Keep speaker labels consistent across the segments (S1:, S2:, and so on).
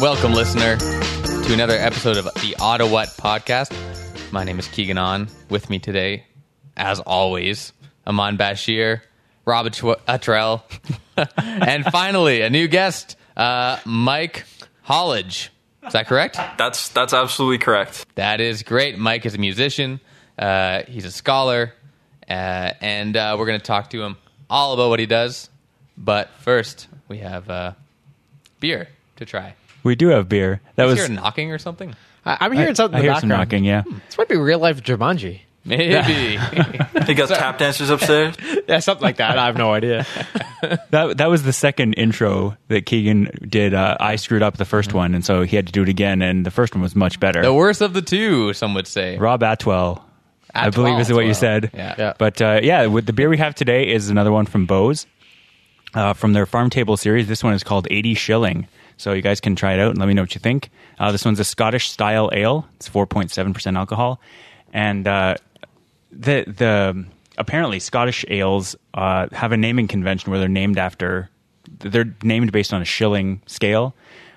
S1: Welcome, listener, to another episode of the Ottawa Podcast. My name is Keegan On. With me today, as always, Aman Bashir, Rob Atw- Uttrell, and finally, a new guest, uh, Mike Hollidge. Is that correct?
S2: That's that's absolutely correct.
S1: That is great. Mike is a musician. Uh, he's a scholar, uh, and uh, we're going to talk to him all about what he does. But first, we have uh, beer to try.
S3: We do have beer. That
S1: Is
S3: was
S1: there knocking or something?
S4: I, I'm hearing something
S3: I
S4: in the
S3: hear some
S4: background.
S3: knocking. Yeah,
S1: Hmm.
S4: This might be real life Jumanji.
S1: Maybe.
S2: He got tap dancers upstairs.
S4: Yeah, something like that. I have no idea.
S3: that that was the second intro that Keegan did. Uh, I screwed up the
S1: Hmm.
S3: first one, and so he had to do it again. And the first one was much better.
S1: the worst of the two, some would say.
S3: Rob Atwell, I
S1: Atwell.
S3: believe is what you said.
S1: Yeah.
S4: Yeah.
S3: But uh, yeah, with the beer we have today is another one from Bose, uh, from their farm table series. This one is called eighty shilling. So you guys can try it out and let me know what you think. Uh, this one's a Scottish style ale. It's four point seven percent alcohol, and uh, the the apparently Scottish ales uh, have a naming convention where they're named after they're named based on a shilling scale.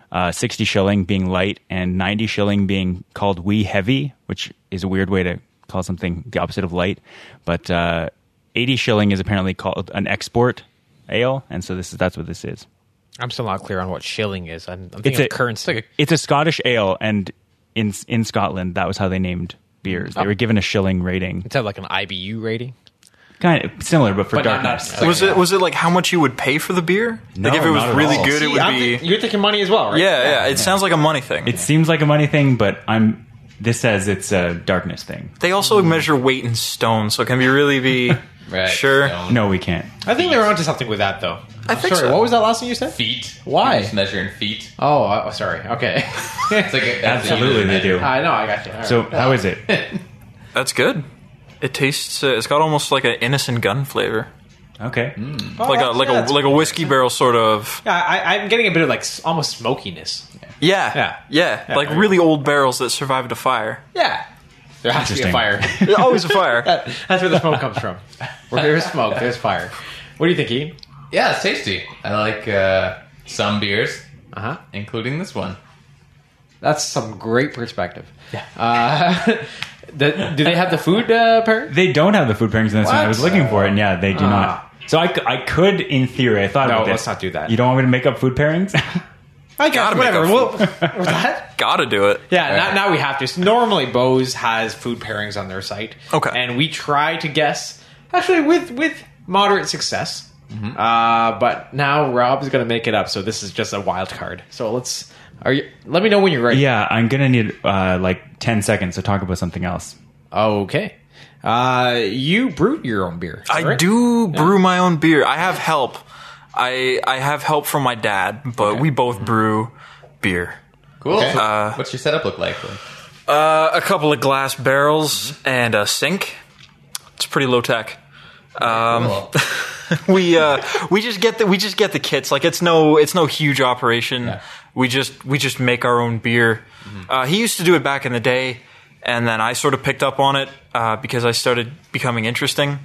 S3: Uh, 60 shilling being light and 90 shilling being called wee heavy, which is a weird way to call something the opposite of light. But uh, 80 shilling is apparently called an export ale, and so this is that's what this is.
S4: I'm still not clear on what shilling is. I'm, I'm thinking
S3: It's
S4: of
S3: a-
S4: currency.
S3: It's a Scottish ale, and in in Scotland that was how they named beers. They were given a shilling rating,
S4: it's had like an IBU rating.
S3: kind of similar, but for darkness.
S2: Was it was it like how much you would pay for the beer?
S3: No,
S2: like if it was
S3: not at
S2: really
S3: all.
S2: good, it would
S4: I'm
S2: be.
S4: thi- you're thinking money as well, right?
S2: yeah, yeah. It sounds like a money thing.
S3: It seems like a money thing, but I'm. This says it's a darkness thing.
S2: they also measure weight in stone, so can we really be
S1: Right.
S2: sure?
S1: So,
S3: No, we can't.
S4: I think they're onto something with that, though.
S2: I think
S4: sorry,
S2: so.
S4: what was that last thing you said?
S1: Feet.
S4: Why?
S1: You're just measuring feet.
S4: Oh, uh, sorry. Okay.
S1: It's like a- that's
S3: Absolutely,
S1: what you
S3: they do.
S4: I know. I got you. All
S3: So
S4: right.
S3: how is it?
S2: That's good. It tastes. Uh, it's got almost like an innocent gun flavor,
S3: Okay.
S4: Oh,
S2: like a
S4: that's-
S2: like
S4: yeah, that's-
S2: a like a whiskey barrel sort of.
S4: Yeah, I, I'm getting a bit of like s- almost smokiness.
S2: Yeah,
S4: Yeah.
S2: yeah.
S4: Yeah.
S2: like really old barrels that survived a fire.
S4: Yeah. There has to be a
S3: Interesting.
S4: fire.
S2: Always a fire.
S4: That- that's where the smoke comes from. Where there's smoke, there's fire. What do you think, Ian?
S1: Yeah, it's tasty. I like uh, some beers,
S4: Uh huh.
S1: including this one.
S4: That's some great perspective. Uh, the, do they have the food uh, pairing?
S3: They don't have the food pairings in this one. I was looking for it, and yeah, they do not. So I, c- I could, in theory, I thought
S4: Ah. No,
S3: about this.
S4: let's not do that.
S3: You don't want me to make up food pairings?
S4: I
S2: gotta
S4: guess
S2: make
S4: whatever.
S2: up
S4: We'll, was that?
S2: Gotta do it.
S4: Yeah, now, now we have to. So normally, Bose has food pairings on their site.
S2: Okay.
S4: and we try to guess. Actually, with with moderate success. Uh, but now Rob is going to make it up, so this is just a wild card. So let's. Are you? Let me know when you're ready.
S3: yeah, I'm gonna need uh, like ten seconds to talk about something else.
S4: Okay. Uh, you brewed your own beer.
S2: I
S4: correct?
S2: do brew my own beer. I have help. I I have help from my dad, but we both brew beer.
S1: Cool.
S4: Okay.
S1: So what's your setup look like? then?
S2: Uh, a couple of glass barrels and a sink. It's pretty low tech.
S1: Cool.
S2: We uh, we just get the we just get the kits. Like it's no it's no huge operation. We just we just make our own beer. Uh, he used to do it back in the day, and then I sort of picked up on it uh, because I started becoming interesting.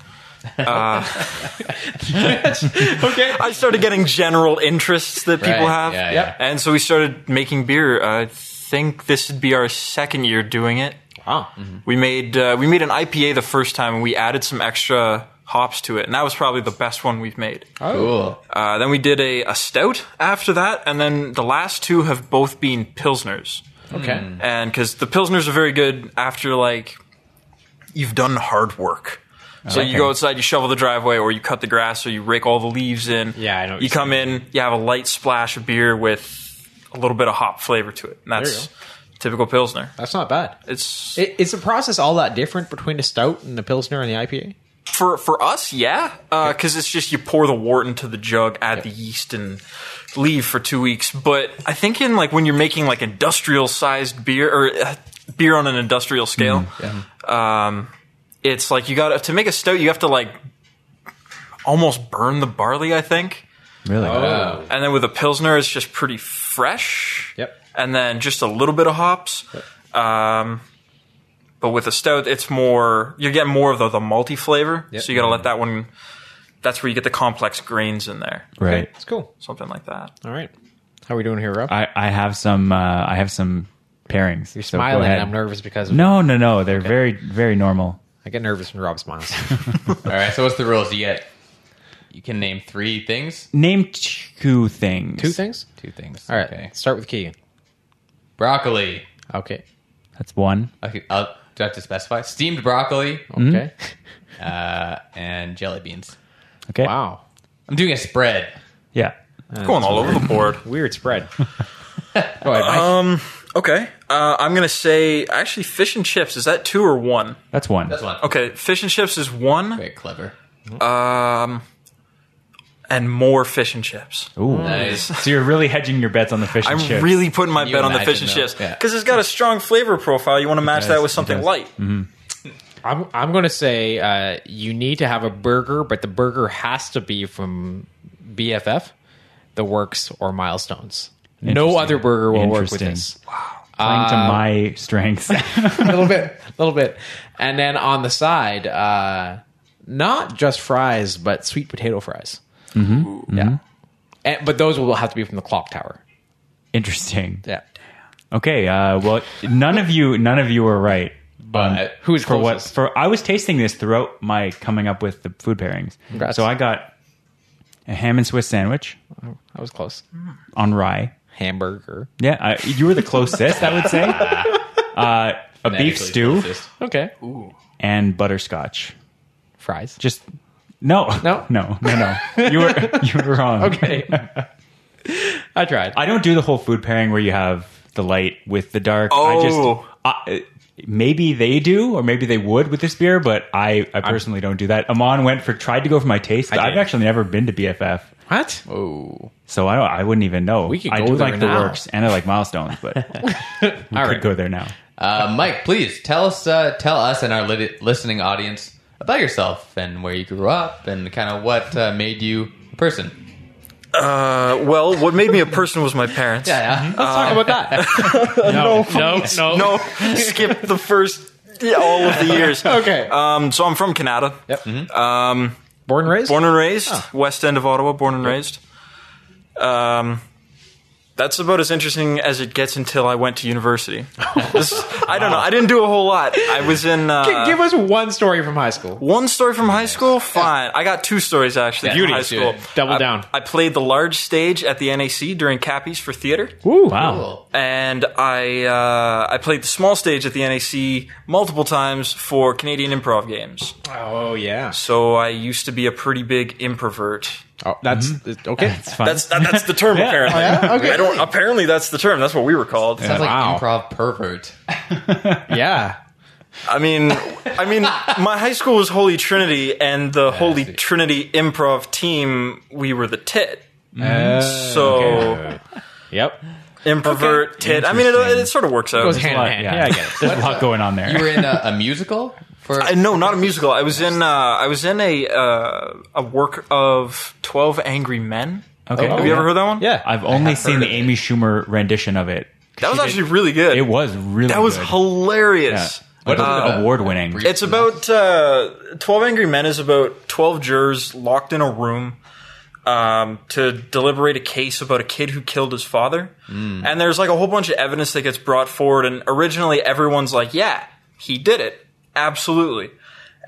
S4: Okay.
S2: I started getting general interests that people
S1: Right.
S2: have.
S1: Yeah, yeah.
S2: And so we started making beer. I think this would be our second year doing it.
S4: Wow.
S2: We made uh, we made an IPA the first time, and we added some extra hops to it, and that was probably the best one we've made.
S1: Oh. cool.
S2: Uh, then we did a, a stout after that, and then the last two have both been pilsners,
S4: Okay.
S2: and because the pilsners are very good after like you've done hard work. So you go outside, you shovel the driveway, or you cut the grass, or you rake all the leaves in.
S4: Yeah, I know what
S2: You
S4: you're
S2: come in, you have a light splash of beer with a little bit of hop flavor to it. And
S4: you
S2: that's typical pilsner.
S4: That's not bad.
S2: It's
S4: I- Is the process all that different between a stout and a pilsner and the IPA?
S2: for for us, yeah, because it's just you pour the wort into the jug, add the yeast, and leave for two weeks. But I think in like when you're making like industrial sized beer or uh, beer on an industrial scale, um, it's like you got to make a stout, you have to like almost burn the barley, I think.
S3: Really?
S4: Oh.
S2: And then with a pilsner, it's just pretty fresh.
S4: Yep.
S2: And then just a little bit of hops. Um, but with a stout, it's more you get more of the, the malty flavor. So you got to let that one. That's where you get the complex grains in there,
S3: right.
S4: That's cool.
S2: something like that.
S4: All right. How are we doing here, Rob?
S3: I, I have some. Uh, I have some pairings.
S4: You're
S3: so go
S4: smiling.
S3: ahead.
S4: I'm nervous because of
S3: No, no, no. They're very, very normal.
S4: I get nervous when Rob smiles.
S1: All right. So what's the rules? You get you can name three things,
S3: Name two things.
S4: Two things.
S1: two things.
S4: All right.
S1: Okay.
S4: Start with Keegan.
S1: Broccoli.
S4: Okay.
S3: That's one.
S1: Okay. I'll, do I have to specify? Steamed broccoli
S3: Mm-hmm.
S4: Okay.
S1: uh, and jelly beans.
S3: Okay.
S4: Wow.
S1: I'm doing a spread.
S3: Yeah.
S2: Going all over the board.
S4: Weird spread.
S1: Oh,
S4: Go ahead, Mike.
S2: Okay. Uh, I'm going to say, actually, fish and chips. Is that two or one?
S3: That's one.
S1: That's one.
S2: Okay. Fish and chips is one
S1: Very clever.
S2: and more fish and chips.
S3: Ooh.
S1: Nice.
S3: So you're really hedging your bets on the fish and
S2: I'm
S3: chips.
S2: really putting my
S1: you
S2: bet on the
S1: imagine,
S2: fish and
S1: though?
S2: chips
S1: Yeah.
S2: because it's got a strong flavor profile. You want to match
S3: does,
S2: that with
S3: it
S2: something
S3: does.
S2: light.
S4: I'm I'm going to say uh, you need to have a burger, but the burger has to be from BFF, The Works, or Milestones. No
S3: Interesting.
S4: other burger will work with
S3: Interesting.
S4: this.
S3: playing to my strengths.
S4: a little bit, a little bit, and then on the side, uh, not just fries, but sweet potato fries. Mm-hmm. Yeah, And, but those will have to be from the Clock Tower.
S3: Interesting.
S4: Yeah,
S3: Okay. Uh, well, none of you, none of you were right.
S1: But
S4: Uh, who is
S3: for what
S4: closest?
S3: for I was tasting this throughout my coming up with the food pairings.
S4: Congrats.
S3: So I got a ham and Swiss sandwich
S4: I was close.
S3: on rye.
S4: Hamburger.
S3: Yeah, I, you were the closest, I would say. Uh, a beef
S1: Magically
S3: stew
S1: closest.
S4: Okay,
S3: and butterscotch.
S4: fries.
S3: Just no,
S4: No?
S3: no, no, no. You were you were wrong.
S4: Okay, I tried.
S3: I don't do the whole food pairing where you have the light with the dark.
S2: Oh.
S3: I just I, maybe they do, or maybe they would with this beer, but I, I personally don't do that. Amon went for tried to go for my taste, but I've
S4: did.
S3: actually never been to BFF,
S4: what?
S1: Oh,
S3: so I don't, I wouldn't even know.
S4: We could
S3: I
S4: go
S3: do
S4: there
S3: like
S4: now.
S3: the works, and I like milestones, but we
S4: All
S3: could
S4: right.
S3: go there now.
S1: uh, Mike, please tell us, uh, tell us and our lit- listening audience about yourself and where you grew up and kind of what uh, made you a person.
S2: Uh, well, what made me a person was my parents.
S1: Yeah, yeah.
S4: Let's talk about that. no, no, no,
S2: No, skip the first yeah, all of the years.
S4: Okay.
S2: Um, so I'm from Canada.
S4: Yep. Um, born and raised.
S2: Born and raised, West End of Ottawa. Born and raised. Um, that's about as interesting as it gets until I went to university. This- I don't know. I didn't do a whole lot. I was in. Uh,
S4: G- Give us one story from high school.
S2: One story from high school? Fine. I got two stories actually
S1: Yeah,
S2: from
S1: beauty,
S2: high school.
S1: dude.
S4: Double
S2: I-
S4: down.
S2: I played the large stage at the NAC during Cappies for theater.
S4: Woo.
S3: Wow.
S1: Cool.
S2: And I uh, I played the small stage at the NAC multiple times for Canadian improv games.
S4: Oh yeah.
S2: So I used to be a pretty big improvert.
S4: Oh, that's okay.
S3: Mm-hmm. It's fun.
S2: That's that, that's the term apparently.
S4: Oh,
S2: I don't apparently that's the term. That's what we were called.
S1: Sounds like
S4: Wow.
S1: improv pervert.
S4: yeah.
S2: I mean, I mean, my high school was Holy Trinity, and the Holy Trinity improv team, we were the tit. so
S4: Yep.
S2: improvert tit. I mean, it, it, sort of works out.
S4: Goes hand in
S3: But,
S4: hand.
S3: yeah,
S4: Yeah, I get it.
S3: There's a lot going on there.
S1: You were in a, a musical for
S2: I, Uh, no, not a musical. I was in uh, I was in a uh, a work of Twelve Angry Men.
S3: Okay.
S2: have you ever heard that one?
S4: Yeah.
S3: I've only
S1: have
S3: seen
S1: heard
S3: the
S1: of it.
S3: Amy Schumer rendition of it.
S2: that was
S3: She did-
S2: actually really good.
S3: it was really
S2: that was
S3: good.
S2: hilarious.
S3: Like,
S1: Uh,
S3: award-winning.
S1: brief-
S2: It's about uh, Twelve Angry Men is about twelve jurors locked in a room um, to deliberate a case about a kid who killed his father. And there's like a whole bunch of evidence that gets brought forward, and originally everyone's like, "Yeah, he did it, absolutely."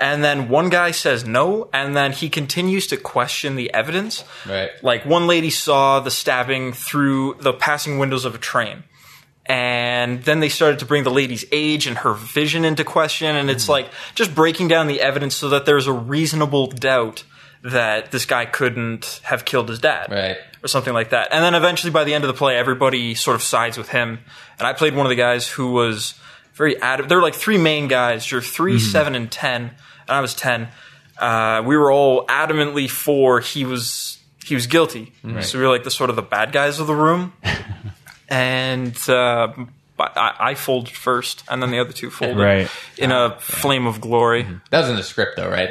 S2: And then one guy says no, and then he continues to question the evidence.
S1: Right.
S2: Like one lady saw the stabbing through the passing windows of a train and then they started to bring the lady's age and her vision into question and it's like just breaking down the evidence so that there's a reasonable doubt that this guy couldn't have killed his dad
S1: Right.
S2: or something like that and then eventually by the end of the play everybody sort of sides with him and i played one of the guys who was very ad- there were like three main guys you're 3 seven and ten and i was ten uh, we were all adamantly for he was he was guilty so we were like the sort of the bad guys of the room and uh, I, I fold first, and then the other two fold
S3: Right.
S2: in a flame of glory.
S1: that was in the script though, right?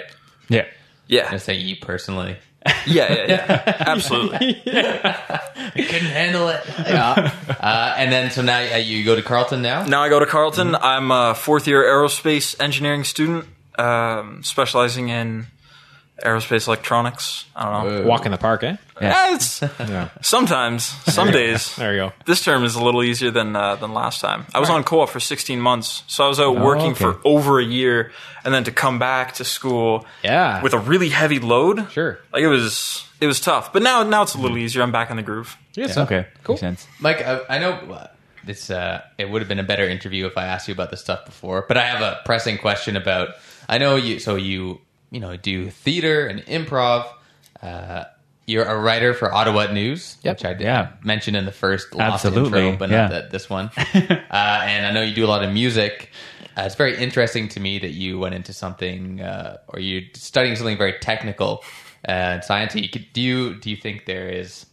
S3: yeah.
S1: I
S2: Yeah,
S1: say you personally
S2: yeah, yeah, yeah. absolutely.
S1: couldn't handle it. Yeah. Uh, and then so now uh, you go to Carlton now.
S2: Now I go to Carleton.
S4: Mm-hmm.
S2: I'm a fourth year aerospace engineering student, um, specializing in Aerospace Electronics. I don't know.
S4: Walk in the park, eh?
S2: Yeah, it's- Sometimes, some days.
S4: There you go.
S2: This term is a little easier than uh, than last time. I was on co-op for 16 months, so I was out working
S4: Oh,
S3: okay.
S2: for over a year, and then to come back to school,
S4: Yeah.
S2: with a really heavy load,
S4: Sure. Mm-hmm.
S2: like it was it was tough. But now now it's a little easier. I'm back in the groove.
S4: Yeah, so-
S3: Okay.
S4: Cool.
S3: Makes sense.
S1: Mike, I, I know uh, this. Uh, it would have been a better interview if I asked you about this stuff before, but I have a pressing question about. I know you. So you, you know, do theater and improv. Uh, you're a writer for Ottawa News,
S4: Yep.
S1: which I did
S3: Yeah.
S1: mention in the first last
S3: Absolutely,
S1: intro, but
S3: yeah.
S1: not the, this one. uh, and I know you do a lot of music. Uh, it's very interesting to me that you went into something, uh, or you're studying something very technical uh, and scientific. Do you do you think there is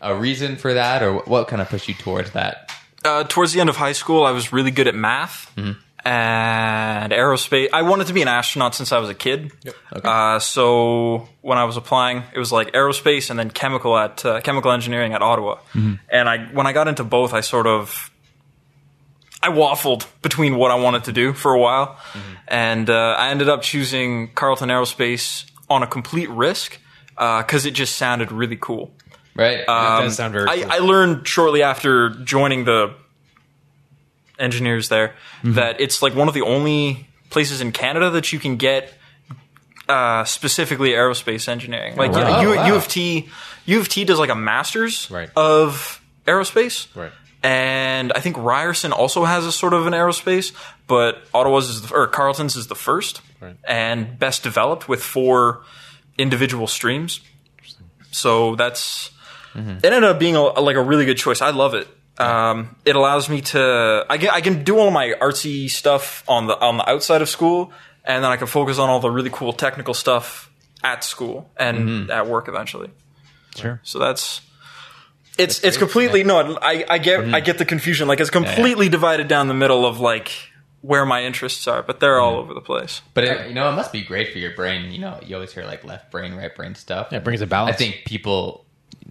S1: a reason for that, or what- what kind of pushed you towards that?
S2: uh, towards the end of high school, I was really good at math and aerospace. I wanted to be an astronaut since I was a kid. Uh, so when I was applying, it was like aerospace and then chemical at uh, chemical engineering at Ottawa. And I when I got into both, I sort of I waffled between what I wanted to do for a while, and uh, I ended up choosing Carleton Aerospace on a complete risk because it just sounded really cool.
S1: Right?
S4: That does sound very.
S2: Um, I,
S4: cool.
S2: I learned shortly after joining the engineers there
S4: Mm-hmm.
S2: that it's like one of the only places in Canada that you can get uh, specifically aerospace engineering. Like
S1: wow.
S2: you,
S1: Oh, wow.
S2: U of T, U of T does like a master's
S4: Right.
S2: of aerospace.
S4: Right.
S2: And I think Ryerson also has a sort of an aerospace, but Ottawa's is the, or Carleton's is the first
S4: Right.
S2: and best developed with four individual streams. So that's it ended up being a, like a really good choice. I love it. Um, it allows me to I can, I can do all my artsy stuff on the on the outside of school, and then I can focus on all the really cool technical stuff at school and at work eventually.
S3: Sure.
S2: So that's it's it's completely no. I I get I get the confusion. Like it's completely divided down the middle of like where my interests are, but they're all over the place.
S1: But it, you know, it must be great for your brain. You know, you always hear like left brain, right brain stuff.
S4: Yeah, it brings a balance.
S1: I think people,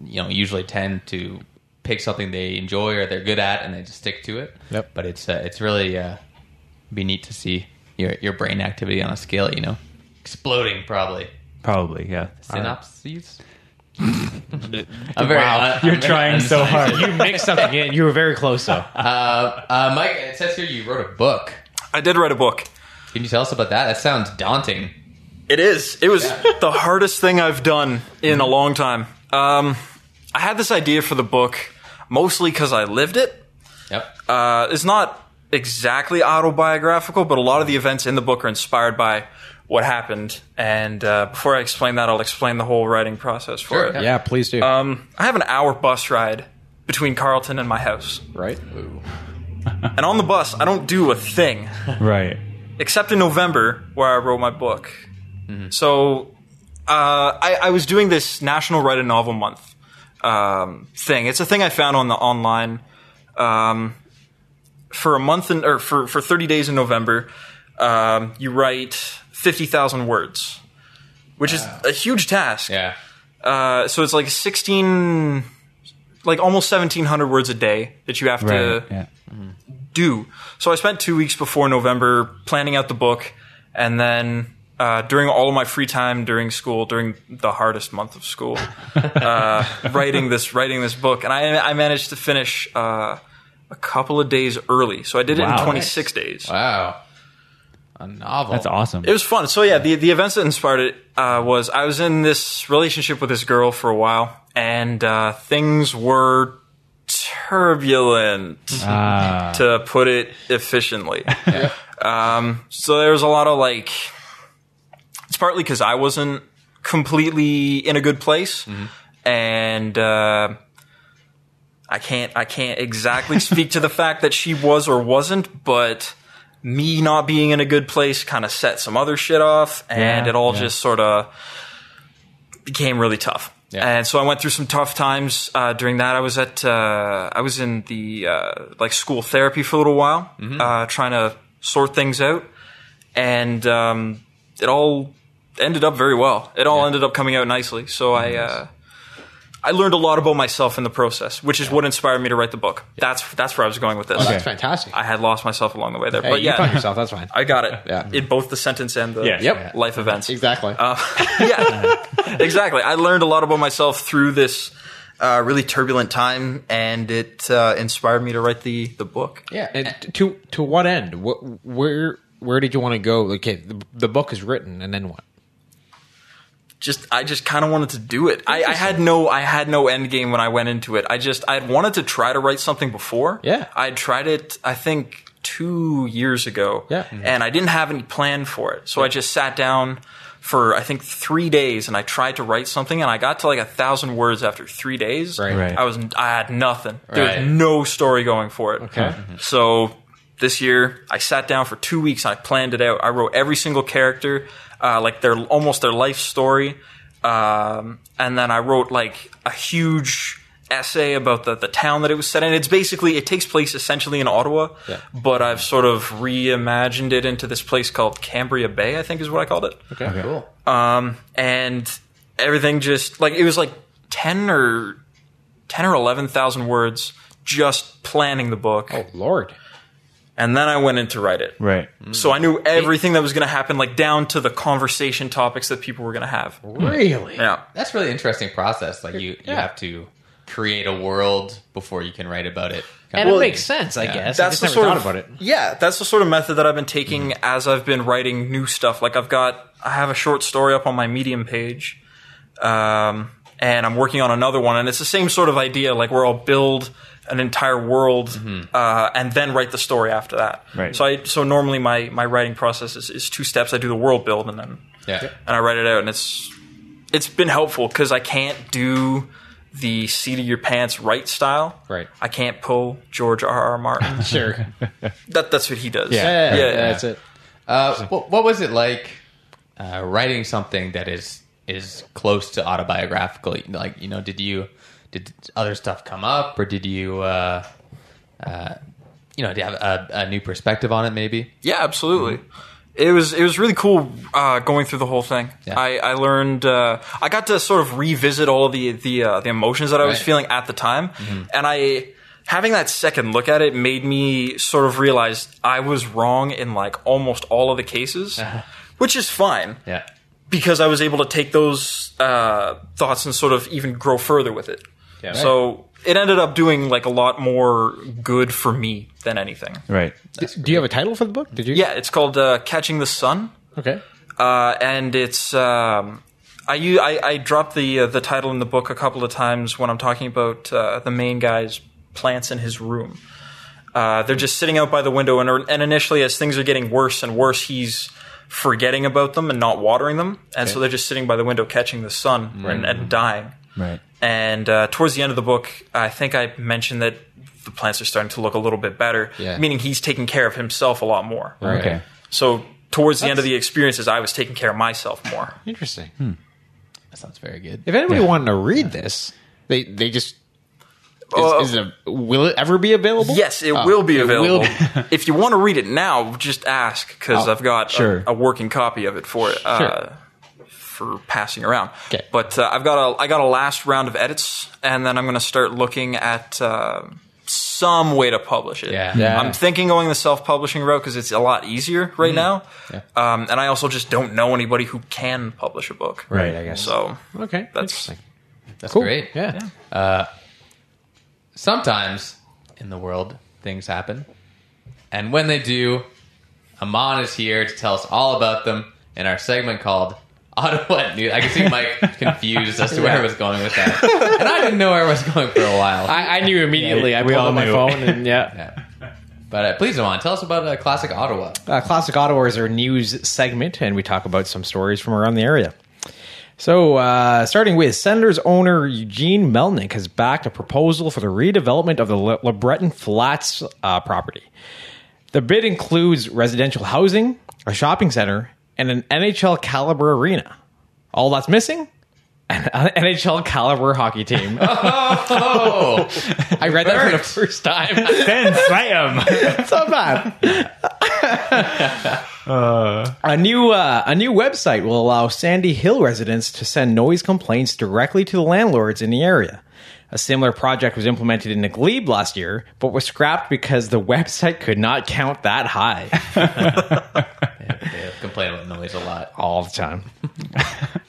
S1: you know, usually tend to pick something they enjoy or they're good at, and they just stick to it.
S4: Yep.
S1: But it's uh, it's really uh, be neat to see your your brain activity on a scale. You know, exploding probably
S3: Probably. Yeah.
S1: synapses. I'm very.
S4: Wow.
S1: uh,
S3: You're
S1: I'm very
S3: trying so
S1: unscientific.
S3: hard.
S4: you mixed something in. You were very close, though.
S1: Uh, uh, Mike, it says here you wrote a book.
S2: I did write a book.
S1: Can you tell us about that? That sounds daunting.
S2: It is. It was the hardest thing I've done in a long time. Um, I had this idea for the book mostly because I lived it.
S1: Yep.
S2: Uh, it's not exactly autobiographical, but a lot of the events in the book are inspired by what happened. And uh, before I explain that, I'll explain the whole writing process for
S1: Sure,
S2: it.
S1: yeah.
S4: Yeah, please do.
S2: Um, I have an hour bus ride between Carlton and my house.
S4: right?
S2: And on the bus, I don't do a thing
S3: Right.
S2: except in November where I wrote my book. So uh, I, I was doing this National Write a Novel Month um, thing. It's a thing I found on the online um, for a month in, or for for thirty days in November. Um, you write fifty thousand words, which is a huge task.
S1: Yeah.
S2: Uh, so it's like sixteen, like almost seventeen hundred words a day that you have to
S3: Right. Yeah.
S2: do. So I spent two weeks before November planning out the book, and then uh, during all of my free time during school, during the hardest month of school, uh, writing this writing this book, and I, I managed to finish uh, a couple of days early. So I did it
S3: Wow.
S2: in 26 days.
S1: Wow. A novel.
S3: That's awesome.
S2: It was fun. So yeah, the the events that inspired it uh, was I was in this relationship with this girl for a while, and uh, things were turbulent, to put it efficiently. um, so there was a lot of like, it's partly because I wasn't completely in a good place, and. Uh, I can't I can't exactly speak to the fact that she was or wasn't, but me not being in a good place kind of set some other shit off and
S3: Yeah,
S2: it all
S3: yeah.
S2: just sort of became really tough.
S1: Yeah.
S2: And so I went through some tough times uh, during that. I was at uh, I was in the uh, like school therapy for a little while,
S3: Mm-hmm.
S2: uh, trying to sort things out, and um, it all ended up very well. It all ended up coming out nicely. So I uh, I learned a lot about myself in the process, which is what inspired me to write the book. That's that's where I was going with this.
S4: That's fantastic.
S2: I had lost myself along the way there,
S4: hey,
S2: but
S4: you
S2: yeah,
S4: found yourself. That's fine.
S2: I got it.
S4: Yeah.
S2: In both the sentence and the
S3: Yeah.
S4: Yep.
S2: life events.
S4: exactly.
S2: Uh, yeah, exactly. I learned a lot about myself through this uh, really turbulent time, and it uh, inspired me to write the the book.
S4: yeah. And to to what end? What, where where did you want to go? Okay, the, the book is written, and then what?
S2: Just I just kind of wanted to do it. I, I had no I had no end game when I went into it. I just I had wanted to try to write something before.
S4: Yeah.
S2: I tried it. I think two years ago.
S4: Yeah. Mhm.
S2: and I didn't have any plan for it, so I just sat down. For I think three days, and I tried to write something, and I got to like a thousand words after three days.
S4: Right.
S3: Right.
S2: I was I had nothing. There was
S1: Right.
S2: no story going for it.
S4: Okay.
S2: So this year I sat down for two weeks and I planned it out. I wrote every single character, uh, like their almost their life story, um, and then I wrote like a huge essay about the, the town that it was set in. It's basically it takes place essentially in Ottawa,
S4: Yeah.
S2: but I've sort of reimagined it into this place called Cambria Bay. I think is what I called it
S4: Okay. Cool.
S2: and everything just like it was like 10 or 10 or 11,000 words just planning the book
S4: Oh Lord.
S2: and then I went in to write it.
S3: Right.
S2: So I knew everything that was going to happen like down to the conversation topics that people were going to have.
S4: Really?
S2: Yeah.
S1: That's really interesting process. Like you, you
S4: Yeah.
S1: have to create a world before you can write about it.
S4: And
S2: Well,
S4: it makes sense, I guess.
S2: That's the
S4: I just
S2: sort
S4: never
S2: of
S4: thought about it. Mm-hmm.
S2: Yeah, that's the sort of method that I've been taking as I've been writing new stuff. Like I've got I have a short story up on my Medium page. Um and I'm working on another one and it's the same sort of idea like where I'll build an entire world
S4: Mm-hmm.
S2: uh, and then write the story after that.
S3: Right.
S2: So I so normally my my writing process is, is two steps. I do the world build and then
S1: yeah.
S2: and I write it out, and it's it's been helpful because I can't do the seat of your pants right style.
S4: Right.
S2: I can't pull George R. R. Martin.
S4: Sure.
S2: that that's what he does.
S4: Yeah,
S2: yeah.
S4: that's it.
S1: Uh, what, what was it like uh, writing something that is is close to autobiographical? Like, you know, did you did other stuff come up, or did you, uh, uh, you know, do you have a, a new perspective on it? Maybe.
S2: Yeah, absolutely.
S1: Mm-hmm.
S2: It was it was really cool uh, going through the whole thing.
S1: Yeah.
S2: I, I learned uh, I got to sort of revisit all of the the uh, the emotions that I was
S1: Right. Mm-hmm.
S2: feeling at the time, and I having that second look at it made me sort of realize I was wrong in like almost all of the cases, which is fine.
S1: Uh-huh. Yeah.
S2: because I was able to take those uh, thoughts and sort of even grow further with it. So it ended up doing like a lot more good for me than anything.
S3: Right.
S4: Do you have a title for the book? Did you?
S2: Yeah, it's called uh, Catching the Sun,
S4: Okay.
S2: uh, and it's um, I, u- I I dropped the uh, the title in the book a couple of times when I'm talking about uh, the main guy's plants in his room. Uh, they're just sitting out by the window, and, and initially, as things are getting worse and worse, he's forgetting about them and not watering them, and so they're just sitting by the window catching the sun and, and dying.
S3: Right.
S2: And uh, towards the end of the book, I think I mentioned that the plants are starting to look a little bit better,
S1: Yeah.
S2: meaning he's taking care of himself a lot more.
S3: Okay.
S2: So towards the end of the experiences, I was taking care of myself more.
S4: Interesting.
S1: That sounds very good.
S4: If anybody wanted to read this, they they just is,
S2: Uh,
S4: is it a, will it ever be available?
S2: Yes, it
S4: Oh,
S2: will be
S4: it
S2: available.
S4: will be.
S2: if you want to read it now, just ask because
S4: Oh,
S2: I've got a-
S3: sure.
S2: a, working copy of it for it uh,
S4: Sure.
S2: for passing around.
S4: 'Kay.
S2: But uh, I've got a I got a last round of edits, and then I'm going to start looking at. Uh, some way to publish it.
S1: Yeah. Yeah.
S2: I'm thinking going the self-publishing route because it's a lot easier right
S4: Mm-hmm.
S2: now, um, and I also just don't know anybody who can publish a book.
S3: Right. I guess.
S2: So
S4: Okay.
S2: That's-
S4: Interesting.
S1: That's
S4: Cool.
S1: great.
S4: Yeah.
S1: Sometimes in the world things happen, and when they do, Amon is here to tell us all about them in our segment called Ottawa News. I can see Mike confused as to where I was going with that, and I didn't know where I was going for a while.
S4: I, I knew immediately. I
S3: we
S4: pulled
S3: all
S4: out my
S3: knew.
S4: phone and yeah.
S1: Yeah. But uh, please, Amon, tell us about uh, classic Ottawa.
S4: Uh, Classic Ottawa is our news segment, and we talk about some stories from around the area. So, uh, starting with Senators owner Eugene Melnick has backed a proposal for the redevelopment of the Le- LeBreton Flats uh, property. The bid includes residential housing, a shopping center, and an NHL caliber arena. All that's missing? An NHL caliber hockey team.
S1: Oh,
S4: I read that for the
S1: Burnt.
S4: first time.
S3: Then slam.
S4: so bad. A new uh, a new website will allow Sandy Hill residents to send noise complaints directly to the landlords in the area. A similar project was implemented in the Glebe last year, but was scrapped because the website could not count that high
S1: They complain about noise a lot.
S4: all the time.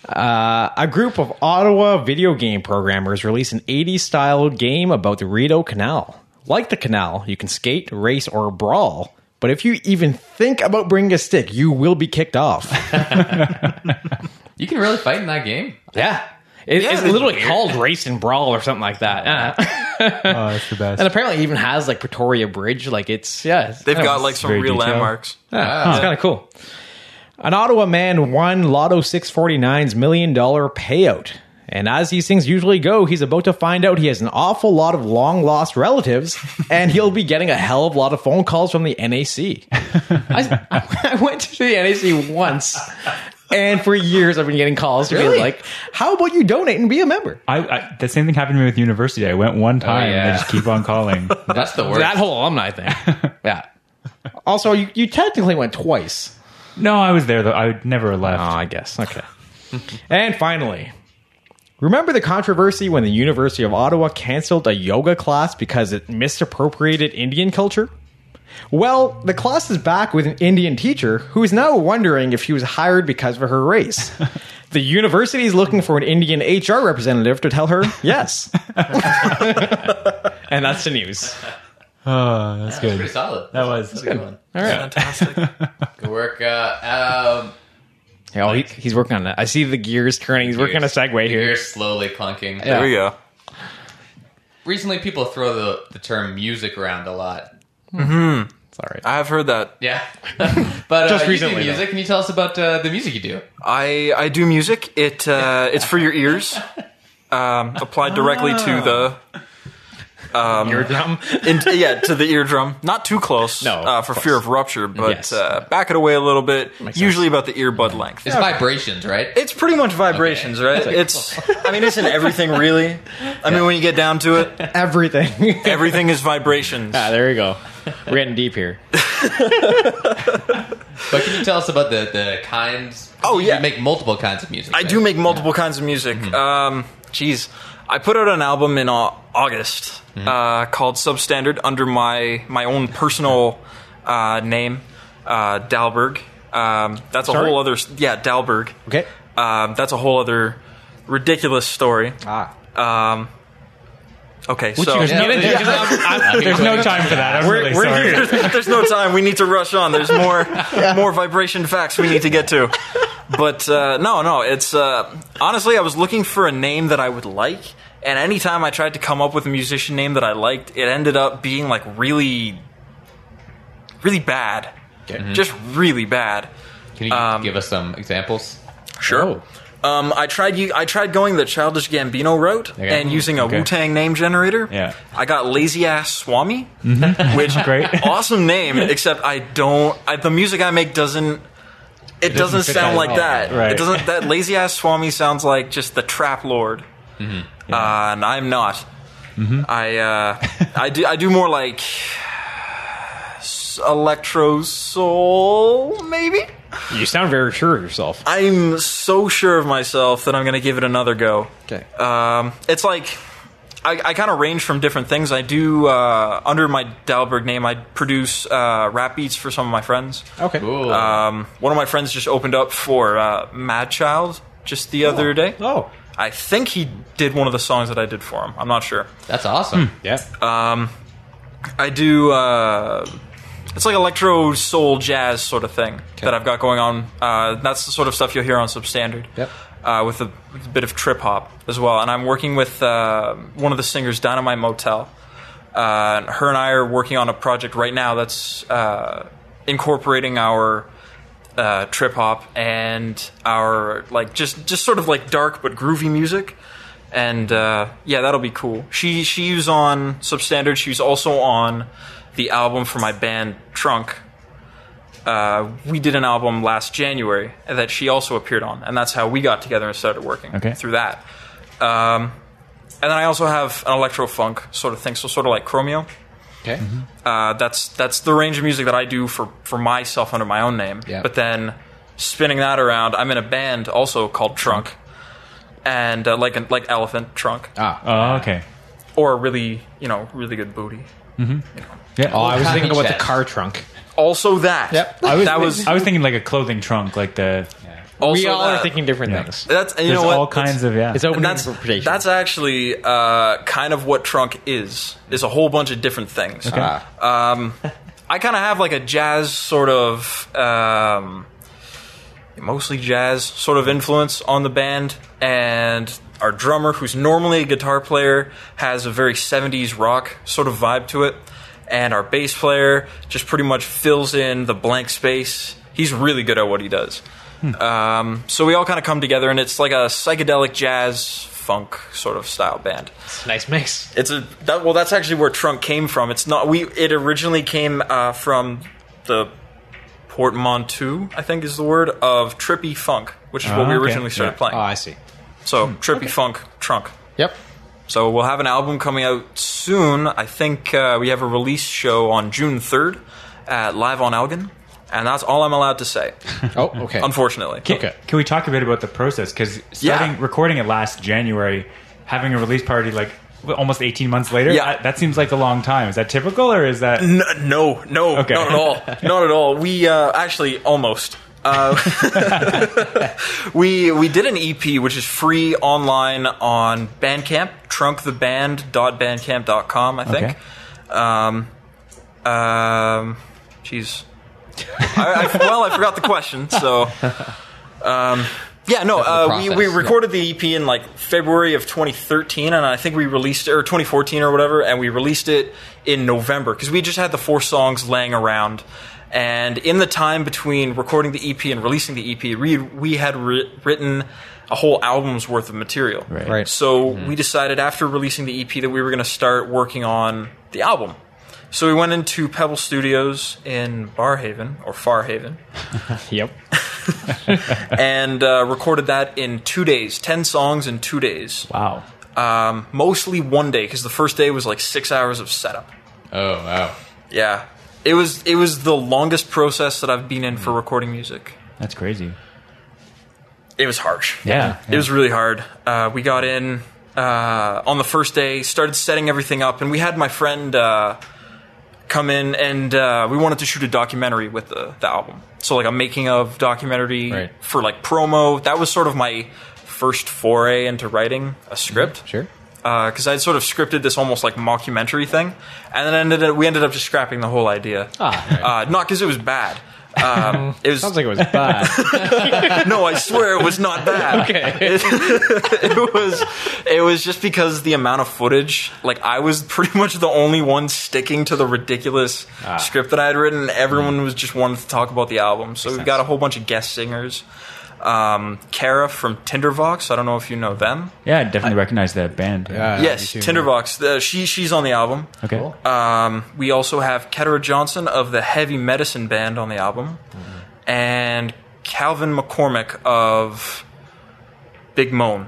S4: uh, a group of Ottawa video game programmers released an 80s style game about the Rideau Canal. Like the canal, you can skate, race, or brawl. But if you even think about bringing a stick, you will be kicked off.
S1: You can really fight in that game.
S4: Yeah. It,
S2: Yeah,
S4: it's
S2: that's
S4: literally
S2: weird.
S4: called Race and Brawl or something like that. Yeah.
S3: Oh, that's the best.
S4: And apparently it even has like Pretoria Bridge. Like it's, yeah. it's-
S2: They've
S4: I don't
S2: got
S4: know,
S2: like some
S3: very
S2: real
S3: detailed.
S2: landmarks.
S4: it's kind of cool. An Ottawa man won Lotto 649's million dollar payout. And as these things usually go, he's about to find out he has an awful lot of long lost relatives and he'll be getting a hell of a lot of phone calls from the NAC. I, I went to the NAC once and for years I've been getting calls to
S1: Really?
S4: be like, how about you donate and be a member?
S3: I, I, the same thing happened to me with university. I went one time and
S1: yeah.
S3: they just keep on calling.
S1: That's the worst.
S4: That whole alumni thing. yeah. Also, you, you technically went twice.
S3: no, I was there though. I would never left.
S4: Ah, I guess. Okay. and finally, remember the controversy when the University of Ottawa canceled a yoga class because it misappropriated Indian culture? Well, the class is back with an Indian teacher who is now wondering if she was hired because of her race. the university is looking for an Indian HR representative to tell her yes. and that's the news.
S3: Oh, that's
S1: That's
S3: good.
S1: pretty solid.
S3: That was.
S1: That's a good one.
S4: All right.
S2: Fantastic.
S1: Good work. Uh, um,
S4: Oh, he- he's working on it. I see the gears turning. He's working on a segue
S1: You're
S4: here.
S1: slowly clunking.
S4: Yeah.
S2: There we go.
S1: Recently, people throw the, the term music around a lot.
S4: Sorry.
S2: I've heard that
S1: Yeah. but
S4: Just
S1: uh,
S4: recently,
S1: you do music. Can you tell us about uh, the music you do?
S2: I I do music. It uh, it's for your ears. Um, applied directly
S4: Oh.
S2: to
S4: You're dumb.
S2: the in, yeah to the eardrum, not too close,
S4: No,
S2: uh, for
S4: of
S2: fear of rupture, but
S4: Yes.
S2: uh, back it away a little bit. Usually about the earbud length.
S1: It's vibrations, right?
S2: It's pretty much vibrations, right? It's I mean it's in everything really. I mean when you get down to it,
S4: Everything.
S2: everything is vibrations.
S4: Ah, there we go. We're getting deep here.
S1: but can you tell us about the, the kinds?
S2: Oh, yeah.
S1: You make multiple kinds of music.
S2: I
S1: right?
S2: do make multiple kinds of music.
S4: Mm-hmm.
S2: Um, jeez, I put out an album in Au- August
S4: Mm-hmm.
S2: uh, called Substandard under my my own personal uh, name, uh, Dalberg. Um, that's
S4: Sorry?
S2: a whole other s- yeah Dalberg.
S4: Okay.
S2: Um, that's a whole other ridiculous story.
S4: Ah.
S2: Um, okay, so
S3: There's,
S1: Yeah,
S3: no,
S1: yeah,
S3: there's-
S1: yeah.
S3: I'm- there's no time for that. I'm really
S4: we're
S3: sorry.
S2: there's no time. We need to rush on. There's more more vibration facts we need to get to. But uh, no, no. It's uh, honestly, I was looking for a name that I would like, and anytime I tried to come up with a musician name that I liked, it ended up being like really, really bad. Just really bad.
S1: Can you
S4: Um,
S1: give us some examples?
S2: Sure. Um, I tried you. I tried going the childish Gambino route
S1: Okay.
S2: and using a
S3: Okay.
S2: Wu Tang name generator.
S3: Yeah. Mm-hmm.
S2: I got lazy ass Swami, which
S3: Great.
S2: awesome name. Except I don't. I, the music I make doesn't. It, doesn't,
S3: fit
S2: sound
S3: that
S2: like
S3: at all.
S2: that.
S3: Right.
S2: It doesn't. That lazy ass Swami sounds like just the trap lord,
S3: Mm-hmm.
S2: uh, and I'm not. I uh, I do I do more like s- electro soul maybe.
S4: You sound very sure of yourself.
S2: I'm so sure of myself that I'm going to give it another go.
S4: Okay.
S2: Um, it's like I, I kind of range from different things. I do uh, under my Dalberg name. I produce uh, rap beats for some of my friends.
S4: Okay.
S1: Ooh.
S4: uh,
S2: Um, one of my friends just opened up for uh, Mad Child just the other day.
S4: Oh.
S2: I think he did one of the songs that I did for him. I'm not sure.
S1: That's awesome.
S4: hmm, Yeah.
S2: I do. Uh, it's like electro soul jazz sort of thing that I've got going on. Uh, that's the sort of stuff you'll hear on Substandard.
S4: Yep.
S2: Uh, with, a, with a bit of trip hop as well, and I'm working with uh, one of the singers, Dynamite Motel. Uh, and her and I are working on a project right now that's uh, incorporating our uh, trip hop and our like just just sort of like dark but groovy music. And uh, yeah, that'll be cool. She she was on Substandard. She's also on the album for my band Trunk. Uh, we did an album last January that she also appeared on, and that's how we got together and started working
S3: Okay.
S2: through that. Um, and then I also have an electro funk sort of thing, so sort of like Chromeo.
S1: Okay.
S4: Mm-hmm.
S2: Uh, that's that's the range of music that I do for for myself under my own name.
S1: Yeah.
S2: But then spinning that around, I'm in a band also called Trunk, and uh, like an, like Elephant Trunk
S4: Ah.
S3: Oh, okay.
S2: or a really you know really good booty.
S3: Yeah.
S4: Oh, I was thinking about
S1: Chest.
S4: the car trunk.
S2: Also that.
S4: Yep.
S3: I was,
S2: that was
S3: I was thinking like a clothing trunk, like the.
S2: also
S4: We all
S2: that.
S4: are thinking different
S3: Yeah.
S4: things.
S2: That's and you
S3: There's
S2: know what
S3: all kinds of yeah.
S4: It's open
S2: And
S4: to
S2: that's
S4: interpretation.
S2: that's actually uh, kind of what trunk is is a whole bunch of different things.
S4: Ah.
S2: Um, I kind of have like a jazz sort of um, mostly jazz sort of influence on the band, and our drummer, who's normally a guitar player, has a very '70s rock sort of vibe to it, and our bass player just pretty much fills in the blank space. He's really good at what he does. Um, so we all kind of come together, and it's like a psychedelic jazz funk sort of style band.
S4: nice mix.
S2: It's a that, well. That's actually where Trunk came from. It's not we. It originally came uh, from the portmanteau, I think is the word of trippy funk, which is
S3: Oh,
S2: what we
S3: okay.
S2: originally started
S3: Yeah. Hmm.
S2: playing.
S4: Oh, I see.
S2: so trippy funk, Trunk.
S4: Yep.
S2: So we'll have an album coming out soon. I think uh, we have a release show on June third at Live on Elgin, and that's all I'm allowed to say,
S4: Oh,
S1: Mm-hmm.
S4: okay.
S2: unfortunately.
S3: Can,
S4: Okay.
S3: can we talk a bit about the process? Because starting
S2: Yeah.
S3: recording it last January, having a release party like almost 18 months later,
S2: Yeah.
S3: that, that seems like a long time. Is that typical or is that.
S2: N- no, no,
S3: Okay.
S2: not at all. Not at all. We uh, actually almost. Uh, we we did an EP which is free online on Bandcamp, trunktheband.bandcamp.com, I think. Um, um, jeez. I, I, well, I forgot the question, so. Um, yeah, no,
S1: That's the
S2: uh, we, we
S1: process, yeah.
S2: recorded the EP in like February of 2013, and I think we released it, or 2014 or whatever, and we released it in November because we just had the four songs laying around. And in the time between recording the EP and releasing the EP, we, we had writ written a whole album's worth of material.
S3: Right.
S4: Right.
S2: So we decided after releasing the EP that we were going to start working on the album. So we went into Pebble Studios in Barhaven or Farhaven
S4: Yep.
S2: and uh, recorded that in two days, ten songs in two days.
S3: Wow.
S2: Um, mostly one day because the first day was like six hours of setup.
S1: Oh wow.
S2: Yeah, it was it was the longest process that I've been in for recording music.
S3: That's crazy.
S2: It was harsh.
S3: Yeah.
S2: It was really hard. Uh, we got in uh, on the first day, started setting everything up, and we had my friend uh, come in, and uh, we wanted to shoot a documentary with the, the album. So, like a making of documentary
S1: Right.
S2: for like promo. That was sort of my first foray into writing a script.
S4: Sure.
S2: Because I had uh, sort of scripted this almost like mockumentary thing, and then ended up, we ended up just scrapping the whole idea.
S4: Ah.
S2: uh, not because it was bad. Um, it was
S4: Sounds like it was bad.
S2: no, I swear it was not that. okay. It, it was it was just because the amount of footage, like I was pretty much the only one sticking to the ridiculous script that I had written. Everyone was just wanted to talk about the album. So we got a whole bunch of guest singers. Um, Kara from Tindervox. I don't know if you know them.
S3: Yeah, I definitely recognize that band.
S4: Uh,
S2: yes,
S4: you two-
S2: Tindervox. The, she she's on the album.
S3: Okay.
S2: Um, we also have Ketera Johnson of the Heavy Medicine Band on the album, and Calvin McCormick of Big Moan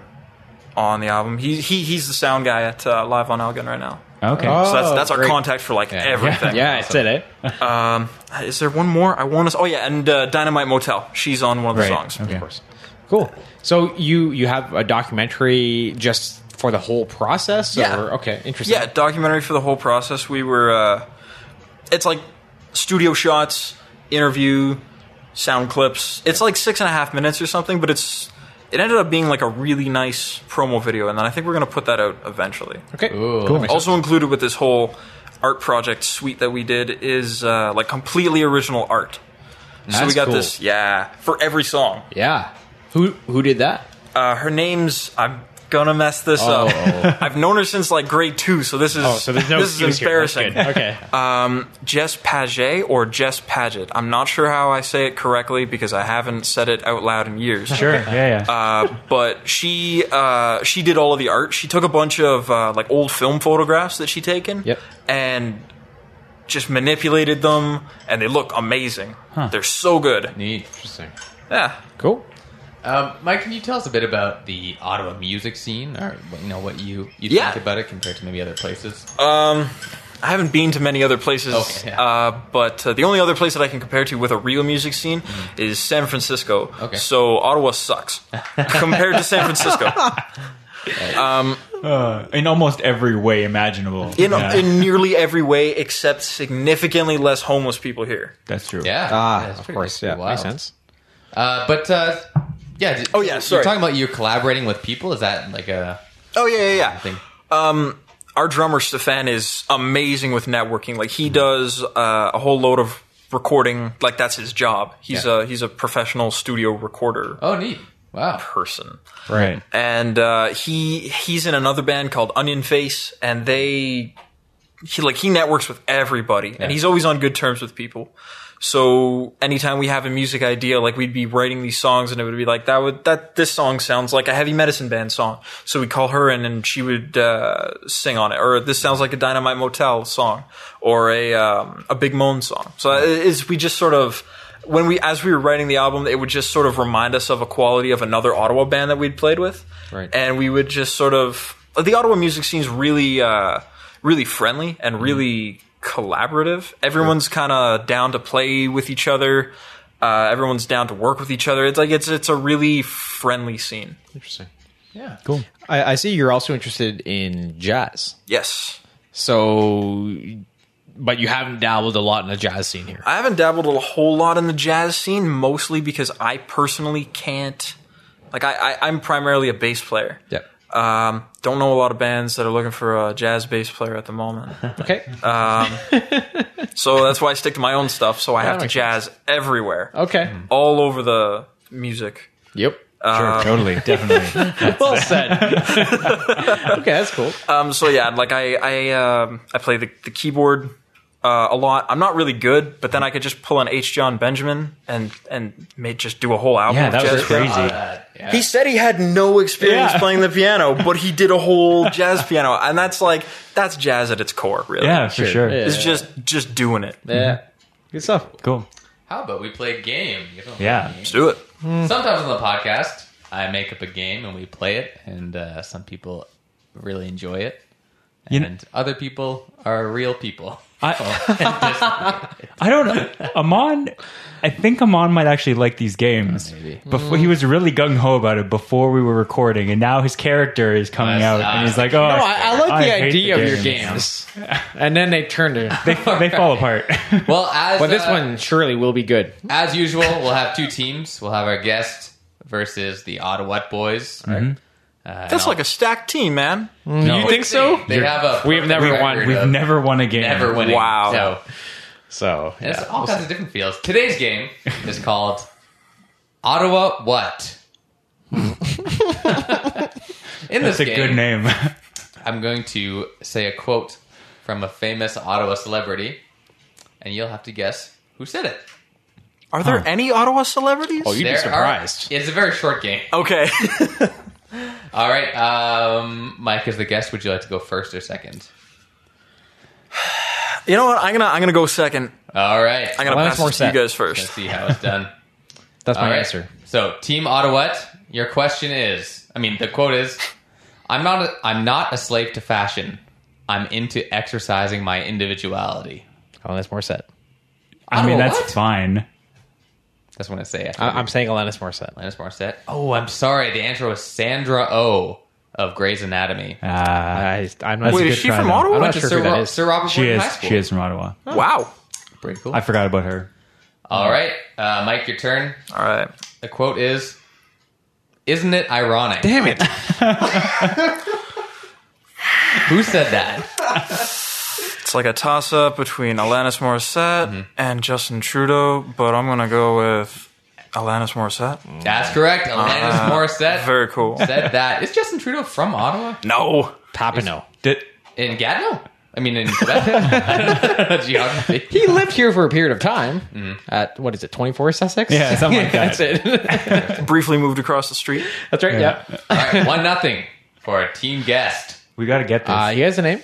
S2: on the album. He, he he's the sound guy at uh, Live on Elgin right now.
S3: Okay.
S4: Oh.
S2: So that's that's our
S4: great.
S2: contact for like everything.
S4: Yeah, I said it. eh?
S2: Is there one more? I want to. Oh yeah, and uh, Dynamite Motel. She's on one of the
S3: Right.
S2: songs.
S3: Okay.
S4: Cool. So you you have a documentary just for the whole process?
S2: Yeah.
S4: Or, okay. Interesting.
S2: Yeah, documentary for the whole process. We were, uh, it's like studio shots, interview, sound clips. It's like six and a half minutes or something, but it's it ended up being like a really nice promo video, and then I think we're gonna put that out eventually.
S4: Okay.
S1: Ooh,
S3: Cool.
S1: that makes-
S2: Also included with this whole art project suite that we did is uh, like completely original art. so we
S1: That's
S2: got
S1: cool.
S2: this, yeah, for every song.
S1: Yeah.
S4: Who who did that?
S2: Uh, her name's I'm gonna mess this
S4: Oh.
S2: up. I've known her since like grade two, so this is
S3: Oh,
S2: this is embarrassing.
S4: Okay.
S2: Um, Jess Paget or Jess Paget. I'm not sure how I say it correctly because I haven't said it out loud in years.
S3: Sure. Yeah, yeah.
S2: Uh, but she uh, she did all of the art. She took a bunch of uh, like old film photographs that she taken
S4: Yep.
S2: and just manipulated them, and they look amazing. They're so good.
S1: Neat. Interesting.
S2: Yeah.
S4: Cool.
S1: Um, Mike, can you tell us a bit about the Ottawa music scene, or you know what you you
S2: Yeah.
S4: Uh,
S1: think about it compared to maybe other places?
S2: Um, I haven't been to many other places,
S1: Okay, yeah.
S2: uh, but uh, the only other place that I can compare to with a real music scene is San Francisco.
S1: Mm. Okay.
S2: So Ottawa sucks compared to San Francisco
S3: Uh, in almost every way imaginable.
S2: in,
S3: Yeah,
S2: in nearly every way except significantly less homeless people here.
S3: that's true.
S1: Yeah.
S4: Ah,
S1: That's
S4: of
S1: pretty-
S4: course. Yeah,
S1: pretty
S4: makes
S1: wild.
S4: sense.
S1: Uh, but uh, yeah.
S2: Oh, yeah,
S1: You're
S2: sorry.
S1: talking about you're collaborating with people. Is that like a
S2: Oh yeah, yeah, yeah.
S1: thing?
S2: our drummer Stefan is amazing with networking. Like he does uh, a whole load of recording. Like that's his job. He's
S1: Yeah.
S2: a he's a professional studio recorder
S1: Oh, neat. Wow.
S2: person,
S3: Right.
S2: and uh, he he's in another band called Onion Face, and they he like he networks with everybody, and he's always on good terms with people. So anytime we have a music idea, like we'd be writing these songs, and it would be like that would that this song sounds like a heavy medicine band song. So we'd call her in, and she would uh, sing on it. Or this sounds like a Dynamite Motel song, or a um, a Big Moan song. So it- it's, we just sort of when we as we were writing the album, it would just sort of remind us of a quality of another Ottawa band that we'd played with,
S1: Right.
S2: and we would just sort of the Ottawa music scene's really uh, really friendly and really collaborative. Everyone's kind of down to play with each other. Uh, everyone's down to work with each other. It's like it's it's a really friendly scene.
S4: Interesting.
S1: Yeah.
S3: Cool.
S4: I, I see you're also interested in jazz.
S2: Yes,
S4: So, but you haven't dabbled a lot in the jazz scene here.
S2: I haven't dabbled a whole lot in the jazz scene, mostly because I personally can't. Like I, I I'm primarily a bass player.
S4: Yep.
S2: Um, don't know a lot of bands that are looking for a jazz bass player at the moment. Um,
S4: Okay.
S2: So that's why I stick to my own stuff. So I have to
S4: makes
S2: jazz everywhere,
S4: okay.
S1: Hmm.
S2: all over the music.
S4: Yep.
S2: Uh,
S3: Sure. Totally. Definitely.
S4: Well said. okay, that's cool.
S2: Um, so yeah, like I I um, I play the, the keyboard uh, a lot. I'm not really good, but then I could just pull an H. John Benjamin and and may just do a whole album.
S3: yeah,
S2: of
S3: that was
S2: jazz
S3: crazy.
S2: Uh, He said he had no experience
S3: Yeah.
S2: playing the piano, but he did a whole jazz piano, and that's like that's jazz at its core, really.
S3: yeah, for sure.
S4: Yeah.
S2: it's just just doing it.
S4: Yeah. Good stuff.
S3: Cool.
S1: Hmm. How about we play a game? You know?
S3: Yeah.
S2: Let's do it.
S1: Sometimes on the podcast, I make up a game and we play it, and uh, some people really enjoy it,
S3: You
S1: and
S3: know-
S1: other people are real people.
S3: I, I don't know. Amon, I think Amon might actually like these games.
S1: Oh, Maybe.
S3: Before he was really gung ho about it before we were recording, and now his character is coming
S1: That's
S3: out, and
S1: not-
S3: he's like, "Oh,
S4: No, I, I like the
S3: hate
S4: idea
S3: the
S4: of your
S3: games."
S4: games. and then they turned it.
S3: they fall apart."
S1: Well, as
S4: But this
S1: uh,
S4: one surely will be good.
S1: as usual, we'll have two teams. We'll have our guest versus the Ottawa boys.
S3: Mm-hmm.
S1: uh, Right?
S2: That's like a stacked team, man.
S1: you
S4: think so?
S1: They have a.
S4: We have never
S1: perfect
S4: won.
S1: record
S3: We've
S1: of
S3: never won a game.
S1: Never winning.
S2: Wow.
S1: So
S4: So
S1: and it's
S4: yeah.
S1: all kinds of different feels. Today's game is called Ottawa What. In
S3: That's
S1: this
S3: a
S1: game,
S3: good name.
S1: I'm going to say a quote from a famous Ottawa celebrity, and you'll have to guess who said it.
S2: Are there any Ottawa celebrities?
S4: Oh, you'd
S1: There
S4: be
S1: are-
S4: surprised.
S1: it's a very short game.
S2: okay.
S1: All right, um, Mike is the guest. Would you like to go first or second?
S2: you know what? I'm gonna I'm gonna go second.
S1: All right,
S2: I'm gonna
S4: Well, that's
S2: pass
S4: more
S2: this to you
S4: set.
S2: guys
S1: Let's
S2: first.
S1: see how it's done.
S4: That's my
S1: All right.
S4: answer.
S1: So, Team Ottawa, your question is, I mean, the quote is, "I'm not, a, I'm not a slave to fashion. I'm into exercising my individuality."
S4: Alanis Morissette.
S3: I mean,
S1: Ottawa
S3: that's
S1: what?
S3: fine.
S1: That's what I say. after
S4: I- I'm saying Alanis Morissette.
S1: Alanis Morissette. Oh, I'm sorry. The answer was Sandra O oh of Grey's Anatomy.
S3: Uh,
S4: I, I'm not.
S2: Wait,
S3: good
S2: is she
S3: try,
S2: from
S3: though.
S2: Ottawa?
S4: I'm
S1: Went
S4: not
S1: to
S4: sure
S1: Sir,
S4: who that
S1: Ro-
S4: is.
S1: Sir Robert
S3: she
S1: Gordon
S3: is.
S1: High School.
S3: She is from Ottawa.
S2: Wow.
S1: Pretty cool.
S3: I forgot about her.
S1: All right, uh, Mike, your turn.
S2: All right.
S1: The quote is, "Isn't it ironic?"
S4: Damn it!
S1: Who said that?
S2: It's like a toss up between Alanis Morissette
S4: Mm-hmm.
S2: and Justin Trudeau, but I'm gonna go with Alanis Morissette.
S1: That's correct.
S4: Uh,
S1: Alanis Morissette
S2: Very cool.
S1: said that. Is Justin Trudeau from Ottawa?
S2: No.
S4: Papineau.
S3: Did,
S1: In Gatineau? I mean, in Quebec? I don't know geography.
S4: He lived here for a period of time. At what is it? 24 Sussex.
S3: yeah, something like that.
S4: That's it.
S2: Briefly moved across the street.
S4: That's right. Yeah.
S1: All right, one nothing for a team guest.
S3: We got to get this.
S4: Uh, he has a name.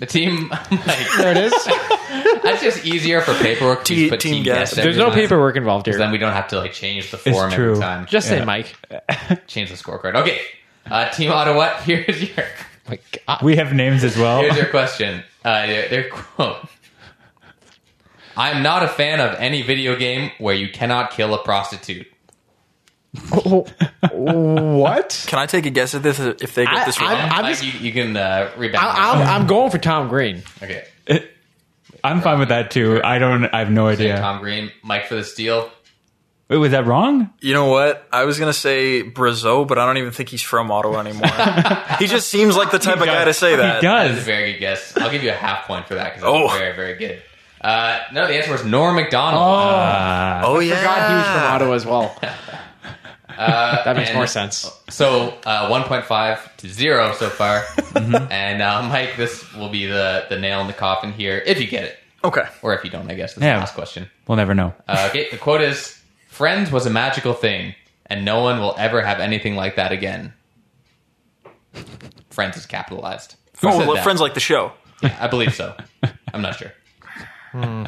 S1: The team, like,
S4: There it is.
S1: that's just easier for paperwork. to
S2: Te-
S1: put
S2: team
S1: team guest.
S2: guest.
S4: There's
S1: every
S4: no
S1: time.
S4: paperwork involved here.
S1: Then we don't have to like change the form every
S3: true.
S1: time.
S4: Just say
S3: Yeah.
S4: Mike.
S1: change the scorecard. Okay, uh, team Ottawa. Here's your My God.
S3: We have names as well.
S1: Here's your question. Uh, their, their quote. I'm not a fan of any video game where you cannot kill a prostitute.
S4: oh. what?
S2: Can I take a guess at this if they get
S4: I-
S2: this wrong?
S4: I'm-
S1: Like, you, you can uh, rebound.
S4: I, I'm, I'm going for Tom Green.
S1: okay.
S3: I'm fine with that too. I don't. I have no idea.
S1: Tom Green, Mike for the steal.
S3: Wait, was that wrong?
S2: you know what? I was gonna say Brazo, but I don't even think he's from Ottawa anymore. he just seems like the type of guy to say that.
S3: He
S1: That's a
S3: does.
S1: very good guess. I'll give you a half point for that because
S2: Oh.
S1: that's very, very good. Uh, no, the answer was Norm MacDonald.
S3: Uh,
S2: Oh yeah,
S4: God, he was from Ottawa as well. that makes
S1: and-
S4: more sense.
S1: So uh, 1.5 to zero so far.
S2: Mm-hmm.
S1: And uh, Mike, this will be the, the nail in the coffin here if you get it.
S2: Okay.
S1: Or if you don't, I guess. That's
S3: Yeah.
S1: the last question.
S3: We'll never know.
S1: Uh, okay, the quote is Friends was a magical thing, and no one will ever have anything like that again. Friends is capitalized. Who
S2: Oh,
S1: said
S2: well,
S1: that?
S2: friends like the show.
S1: Yeah, I believe so. I'm not sure.
S2: You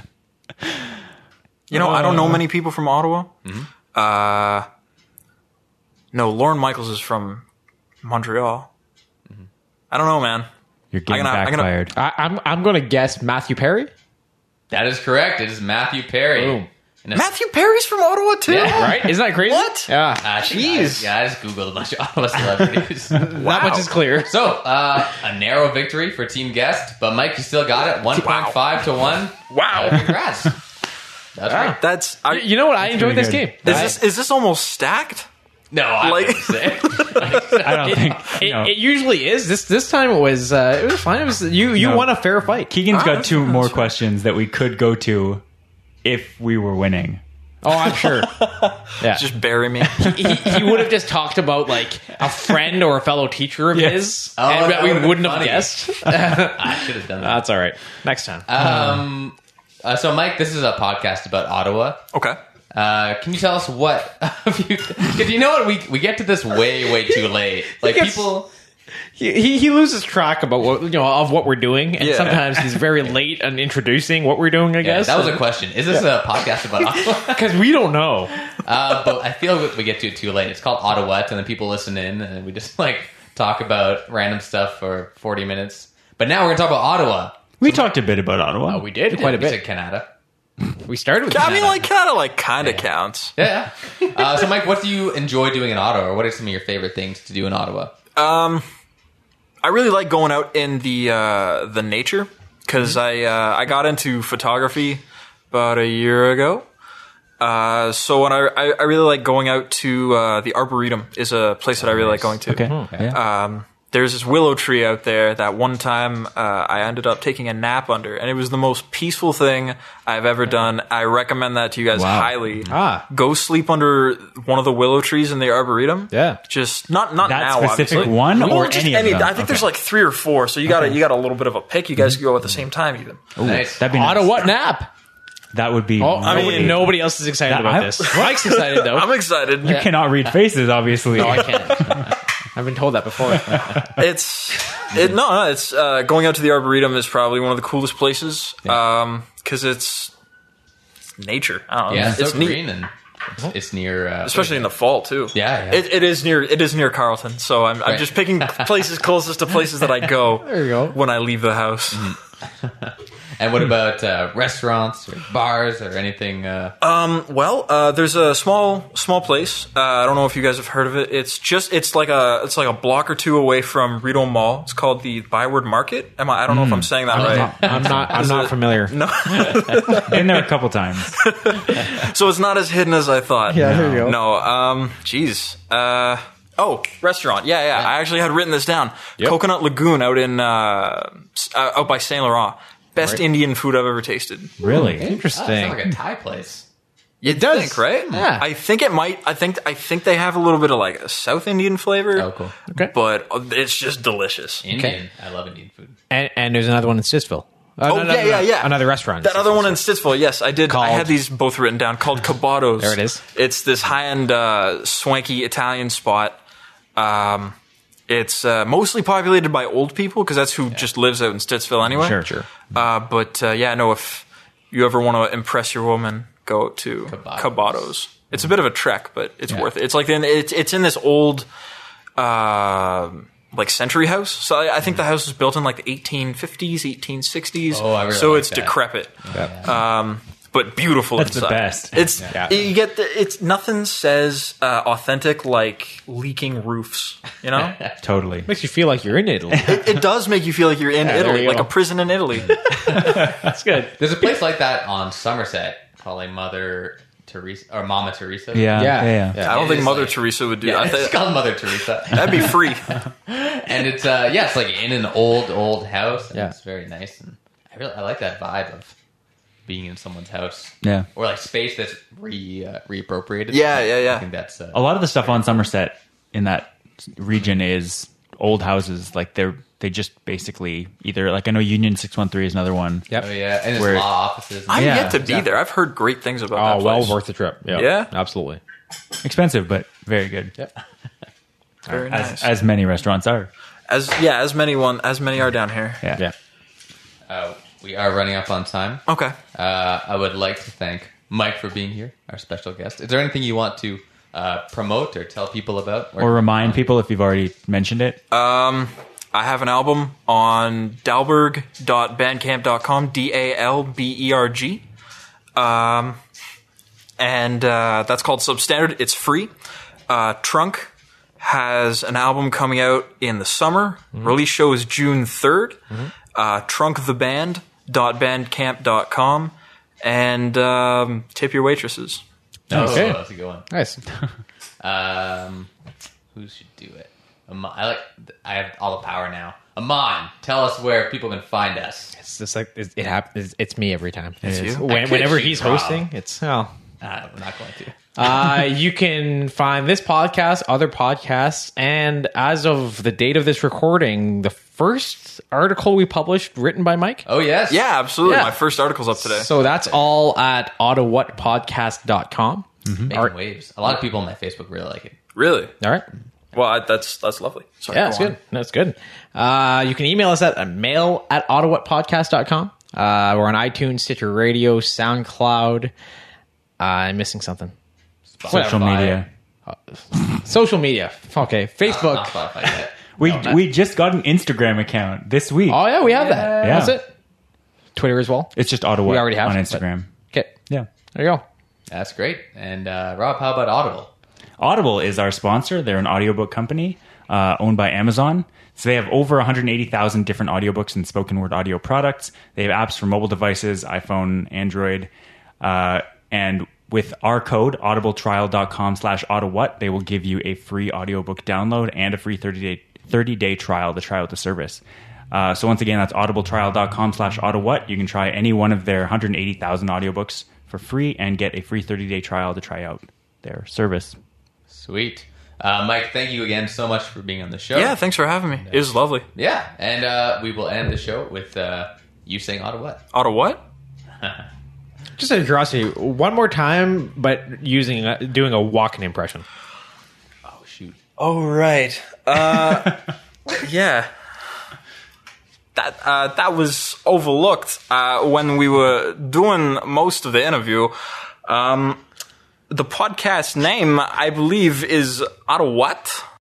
S2: know, I don't
S4: Oh.
S2: know many people from Ottawa. Uh,
S4: Mm-hmm.
S2: no, Lauren Michaels is from Montreal.
S4: Mm-hmm.
S2: I don't know, man.
S3: You're
S2: I'm
S3: getting
S2: gonna- I'm gonna-
S3: backfired.
S4: I, I'm I'm going to guess Matthew Perry.
S1: That is correct. It is Matthew Perry.
S4: Boom.
S1: And it's-
S2: Matthew Perry's from Ottawa too.
S1: Yeah.
S4: Right? Isn't that crazy?
S2: What?
S4: Yeah.
S1: Uh,
S2: Jeez.
S1: Jeez. Yeah, I just Googled a bunch of Ottawa celebrities.
S4: That much is clear.
S1: so, uh, a narrow victory for Team Guest, but Mike, you still got it. 1.5 to 1.
S2: Wow.
S1: Uh, congrats. That's right.
S2: That's I,
S4: You know what? I enjoyed this
S3: pretty
S4: game.
S3: good.
S2: is this is this almost stacked?
S1: No, I
S2: Like-
S1: wouldn't say.
S3: I don't think.
S4: It,
S3: no.
S4: it usually is. This this time it was uh, it was fine. It was you you
S3: No.
S4: won a fair fight.
S3: Keegan's
S2: Ah,
S3: got two
S2: that's
S3: more
S2: right.
S3: questions that we could go to if we were winning.
S4: Oh, I'm sure. yeah.
S2: Just bury me.
S4: he, he would have just talked about like a friend or a fellow teacher of
S3: Yeah.
S4: his,
S1: Oh,
S4: and
S1: that
S4: we
S1: would've been
S4: wouldn't have
S1: funny.
S4: guessed.
S1: I should have done that.
S4: Uh, That's all right. Next time.
S2: Uh-huh.
S1: Um, uh, so, Mike, this is a podcast about Ottawa.
S2: okay.
S1: Uh, can you tell us what? Because you know what, we we get to this way way too late. Like
S4: gets-
S1: people,
S4: he, he- he loses track about what you know of what we're doing, and
S2: Yeah.
S4: sometimes he's very late on introducing what we're doing. I
S1: yeah,
S4: guess
S1: that was a question. Is this a podcast about Ottawa?
S4: because we don't know.
S1: uh, but I feel like we get to it too late. It's called Ottawa, and then people listen in, and we just like talk about random stuff for forty minutes. But now we're gonna talk about Ottawa.
S3: We talked a bit about Ottawa.
S4: Oh, We did quite a
S1: We said
S4: bit.
S1: Canada.
S4: We started with
S2: I mean,
S4: Canada.
S2: like kind of like kind of counts.
S1: Yeah. Uh, so, Mike, what do you enjoy doing in Ottawa, or what are some of your favorite things to do in Ottawa?
S2: I really like going out in the uh, the nature because I uh, I got into photography about a year ago. Uh, so when I, I I really like going out to uh, the arboretum is a place that I really like going to.
S3: okay. Yeah.
S4: Uh,
S2: There's this willow tree out there that one time uh, I ended up taking a nap under, and it was the most peaceful thing I've ever done. I recommend that to you guys
S3: Wow.
S2: highly.
S4: Ah.
S2: Go sleep under one of the willow trees in the arboretum.
S4: Yeah.
S2: just not not
S3: That
S2: now.
S3: specific
S2: obviously.
S3: one
S2: Well,
S3: or
S2: just
S3: any of them?
S2: I think there's like three or four, so you got to you got a little bit of a pick. You guys could go at the same time, even.
S1: nice.
S3: That'd be nice.
S4: Ottawa nap.
S3: That would be.
S4: Oh, I
S2: mean-
S4: mean, nobody else is excited
S3: That-
S4: about
S3: I-
S4: this. Mike's excited though.
S2: I'm excited.
S3: you cannot read faces, obviously.
S4: No, I can't. I've been told that before.
S2: It's it, no, no, it's uh, going out to the arboretum is probably one of the coolest places because it's it's nature. I don't know.
S1: yeah, it's,
S2: it's
S1: so
S2: neat.
S1: green and it's, it's near. Uh,
S2: especially in the fall too.
S1: Yeah, yeah.
S2: It, it is near it is near Carlton, so I'm, I'm
S1: Right.
S2: just picking places closest to places that I go.
S4: There you go.
S2: when I leave the house.
S1: And what about uh, restaurants or bars or anything? Uh,
S2: Well, uh, there's a small small place. Uh, I don't know if you guys have heard of it. It's just it's like a it's like a block or two away from Rideau Mall. It's called the Byward Market. Am I? I don't know if I'm saying that right.
S4: I'm not. I'm not familiar. No.
S3: Been there a couple times.
S2: So it's not as hidden as I thought.
S4: Yeah, there you go.
S2: No, um, jeez. Uh, oh, restaurant. Yeah, yeah. I actually had written this down. Coconut Lagoon out in uh, s- uh, out by Saint Laurent. Best Indian food I've ever tasted.
S3: Really?
S1: oh, it sounds
S4: Interesting.
S1: like a Thai place.
S2: It
S4: does.
S2: think, right?
S4: Yeah.
S2: I think it might. I think I think they have a little bit of like a South Indian flavor.
S1: Oh, cool.
S4: Okay.
S2: But uh, it's just delicious.
S1: Indian. I love Indian food.
S4: And, and there's another one in Stittsville. Uh,
S2: Oh, yeah, yeah, yeah.
S4: Another restaurant.
S2: That other one in Stittsville, yes, I did. I had
S4: Called-
S2: these both written down called Cabados.
S4: There it is.
S2: It's this high-end, uh, swanky Italian spot. Um, it's uh, mostly populated by old people because that's who just lives out in Stittsville anyway.
S4: Sure, sure.
S2: Uh, but uh, yeah, no. If you ever want to impress your woman, go to
S1: Cabados.
S2: Cabados. It's a bit of a trek, but it's worth it. It's like in, it's it's in this old. Uh, like century house. So I, I
S4: Mm-hmm.
S2: think the house was built in like the 1850s, 1860s.
S1: Oh, I really
S2: so
S1: like
S2: it's
S1: that.
S2: decrepit. Um, but beautiful
S3: That's the
S2: inside.
S3: best.
S2: It's
S4: Yeah.
S2: you get the, it's nothing says uh, authentic like leaking roofs, you know?
S3: Totally.
S4: Makes you feel like you're in Italy.
S2: it does make you feel like you're in
S4: there
S2: Italy,
S4: you
S2: like
S4: go.
S2: a prison in Italy.
S4: That's good.
S1: There's a place like that on Somerset called like Mother Teresa or Mama Teresa.
S3: Yeah.
S4: Yeah.
S3: Yeah. yeah.
S4: Yeah.
S2: I don't
S1: It
S2: think
S1: is
S2: Mother
S1: like-
S2: Teresa would do
S1: Yeah,
S2: that.
S1: it's
S2: That-
S1: called Mother Teresa,
S2: That'd be free.
S1: and it's uh, yeah, it's like in an old old house. And
S4: Yeah.
S1: it's very nice, and I really I like that vibe of being in someone's house.
S3: Yeah.
S1: or like space that's re uh, reappropriated.
S2: Yeah, yeah, yeah.
S1: I think that's uh,
S3: A lot of the stuff on Somerset in that region is old houses. Like they're they just basically either like I know Union six one three is another one.
S4: Yep.
S1: oh yeah, and it's
S3: Where-
S1: law offices.
S2: I'm
S1: yeah.
S2: yet to be
S4: Yeah.
S2: there. I've heard great things about
S4: Oh,
S2: that
S4: well
S2: place.
S4: worth the trip. Yeah.
S2: Yeah?
S4: Absolutely.
S3: Expensive, but very good.
S2: Very
S3: As
S2: nice.
S3: as many restaurants are.
S2: As yeah, as many one as many are down here.
S3: Yeah.
S4: Yeah.
S1: Uh, we are running up on time.
S2: Okay.
S1: Uh, I would like to thank Mike for being here, our special guest. Is there anything you want to uh, promote or tell people about?
S3: Or remind people if you've already mentioned it.
S2: I have an album on dalberg.bandcamp.com, D A L B E R G. Um, and uh, that's called Substandard. It's free. Uh, Trunk has an album coming out in the summer.
S4: Mm-hmm.
S2: Release show is June 3rd. Uh, trunktheband.bandcamp.com. And um, tip your waitresses.
S1: oh,
S4: Okay.
S1: that's a good one.
S4: Nice.
S1: Um, who should do it? Amon, I like. I have all the power now. Amon, tell us where people can find us.
S4: It's just like it, it happens. It's me every time.
S3: It is.
S2: you?
S4: When-
S1: I could
S4: whenever
S1: shoot
S4: he's
S1: Rob.
S4: hosting, it's oh.
S1: Uh, we're not going to.
S4: uh, you can find this podcast, other podcasts, and as of the date of this recording, the first article we published written by Mike.
S1: Oh yes,
S2: Yeah, absolutely.
S4: Yeah.
S2: My first article's up today.
S4: So that's all at ottawhatpodcast.com.
S2: Mm-hmm.
S1: Making waves. A lot of people on my Facebook really like it.
S2: really?
S4: All right.
S2: Well, I, that's that's lovely. Sorry,
S4: Yeah, that's
S2: go on.
S4: good. That's good. Uh, you can email us at mail at ottawhatpodcast.com. Uh, we're on iTunes, Stitcher Radio, SoundCloud. Uh, I'm missing something.
S3: social
S1: Spotify.
S3: media.
S4: Social media. Okay. Facebook.
S1: Not Spotify yet.
S3: We we just got an Instagram account this week.
S4: Oh yeah, we have that.
S3: Yeah.
S4: That's it. Twitter as well.
S3: It's just Ottawa
S4: We already have
S3: on
S4: it,
S3: Instagram.
S4: Okay,
S3: Yeah.
S4: there you go.
S1: That's great. And uh, Rob, how about Audible?
S3: Audible is our sponsor. They're an audiobook company uh, owned by Amazon. So they have over 180,000 different audiobooks and spoken word audio products. They have apps for mobile devices, iPhone, Android. Uh, and with our code, audibletrial.com slash autowhat, they will give you a free audiobook download and a free 30-day 30-day trial to try out the service. Uh, so once again, that's audibletrial.com slash autowhat. You can try any one of their 180,000 audiobooks for free and get a free 30-day trial to try out their service.
S1: Sweet. Uh, Mike, thank you again so much for being on the show.
S2: Yeah, thanks for having me. It was lovely.
S1: Yeah, and uh, we will end the show with uh, you saying Ottawa.
S2: Auto what?
S4: Just out of curiosity, one more time, but using uh, doing a walking impression.
S1: Oh, shoot.
S2: Oh right. Uh, yeah. That uh, that was overlooked uh, when we were doing most of the interview. Um, the podcast name, I believe, is Auto What.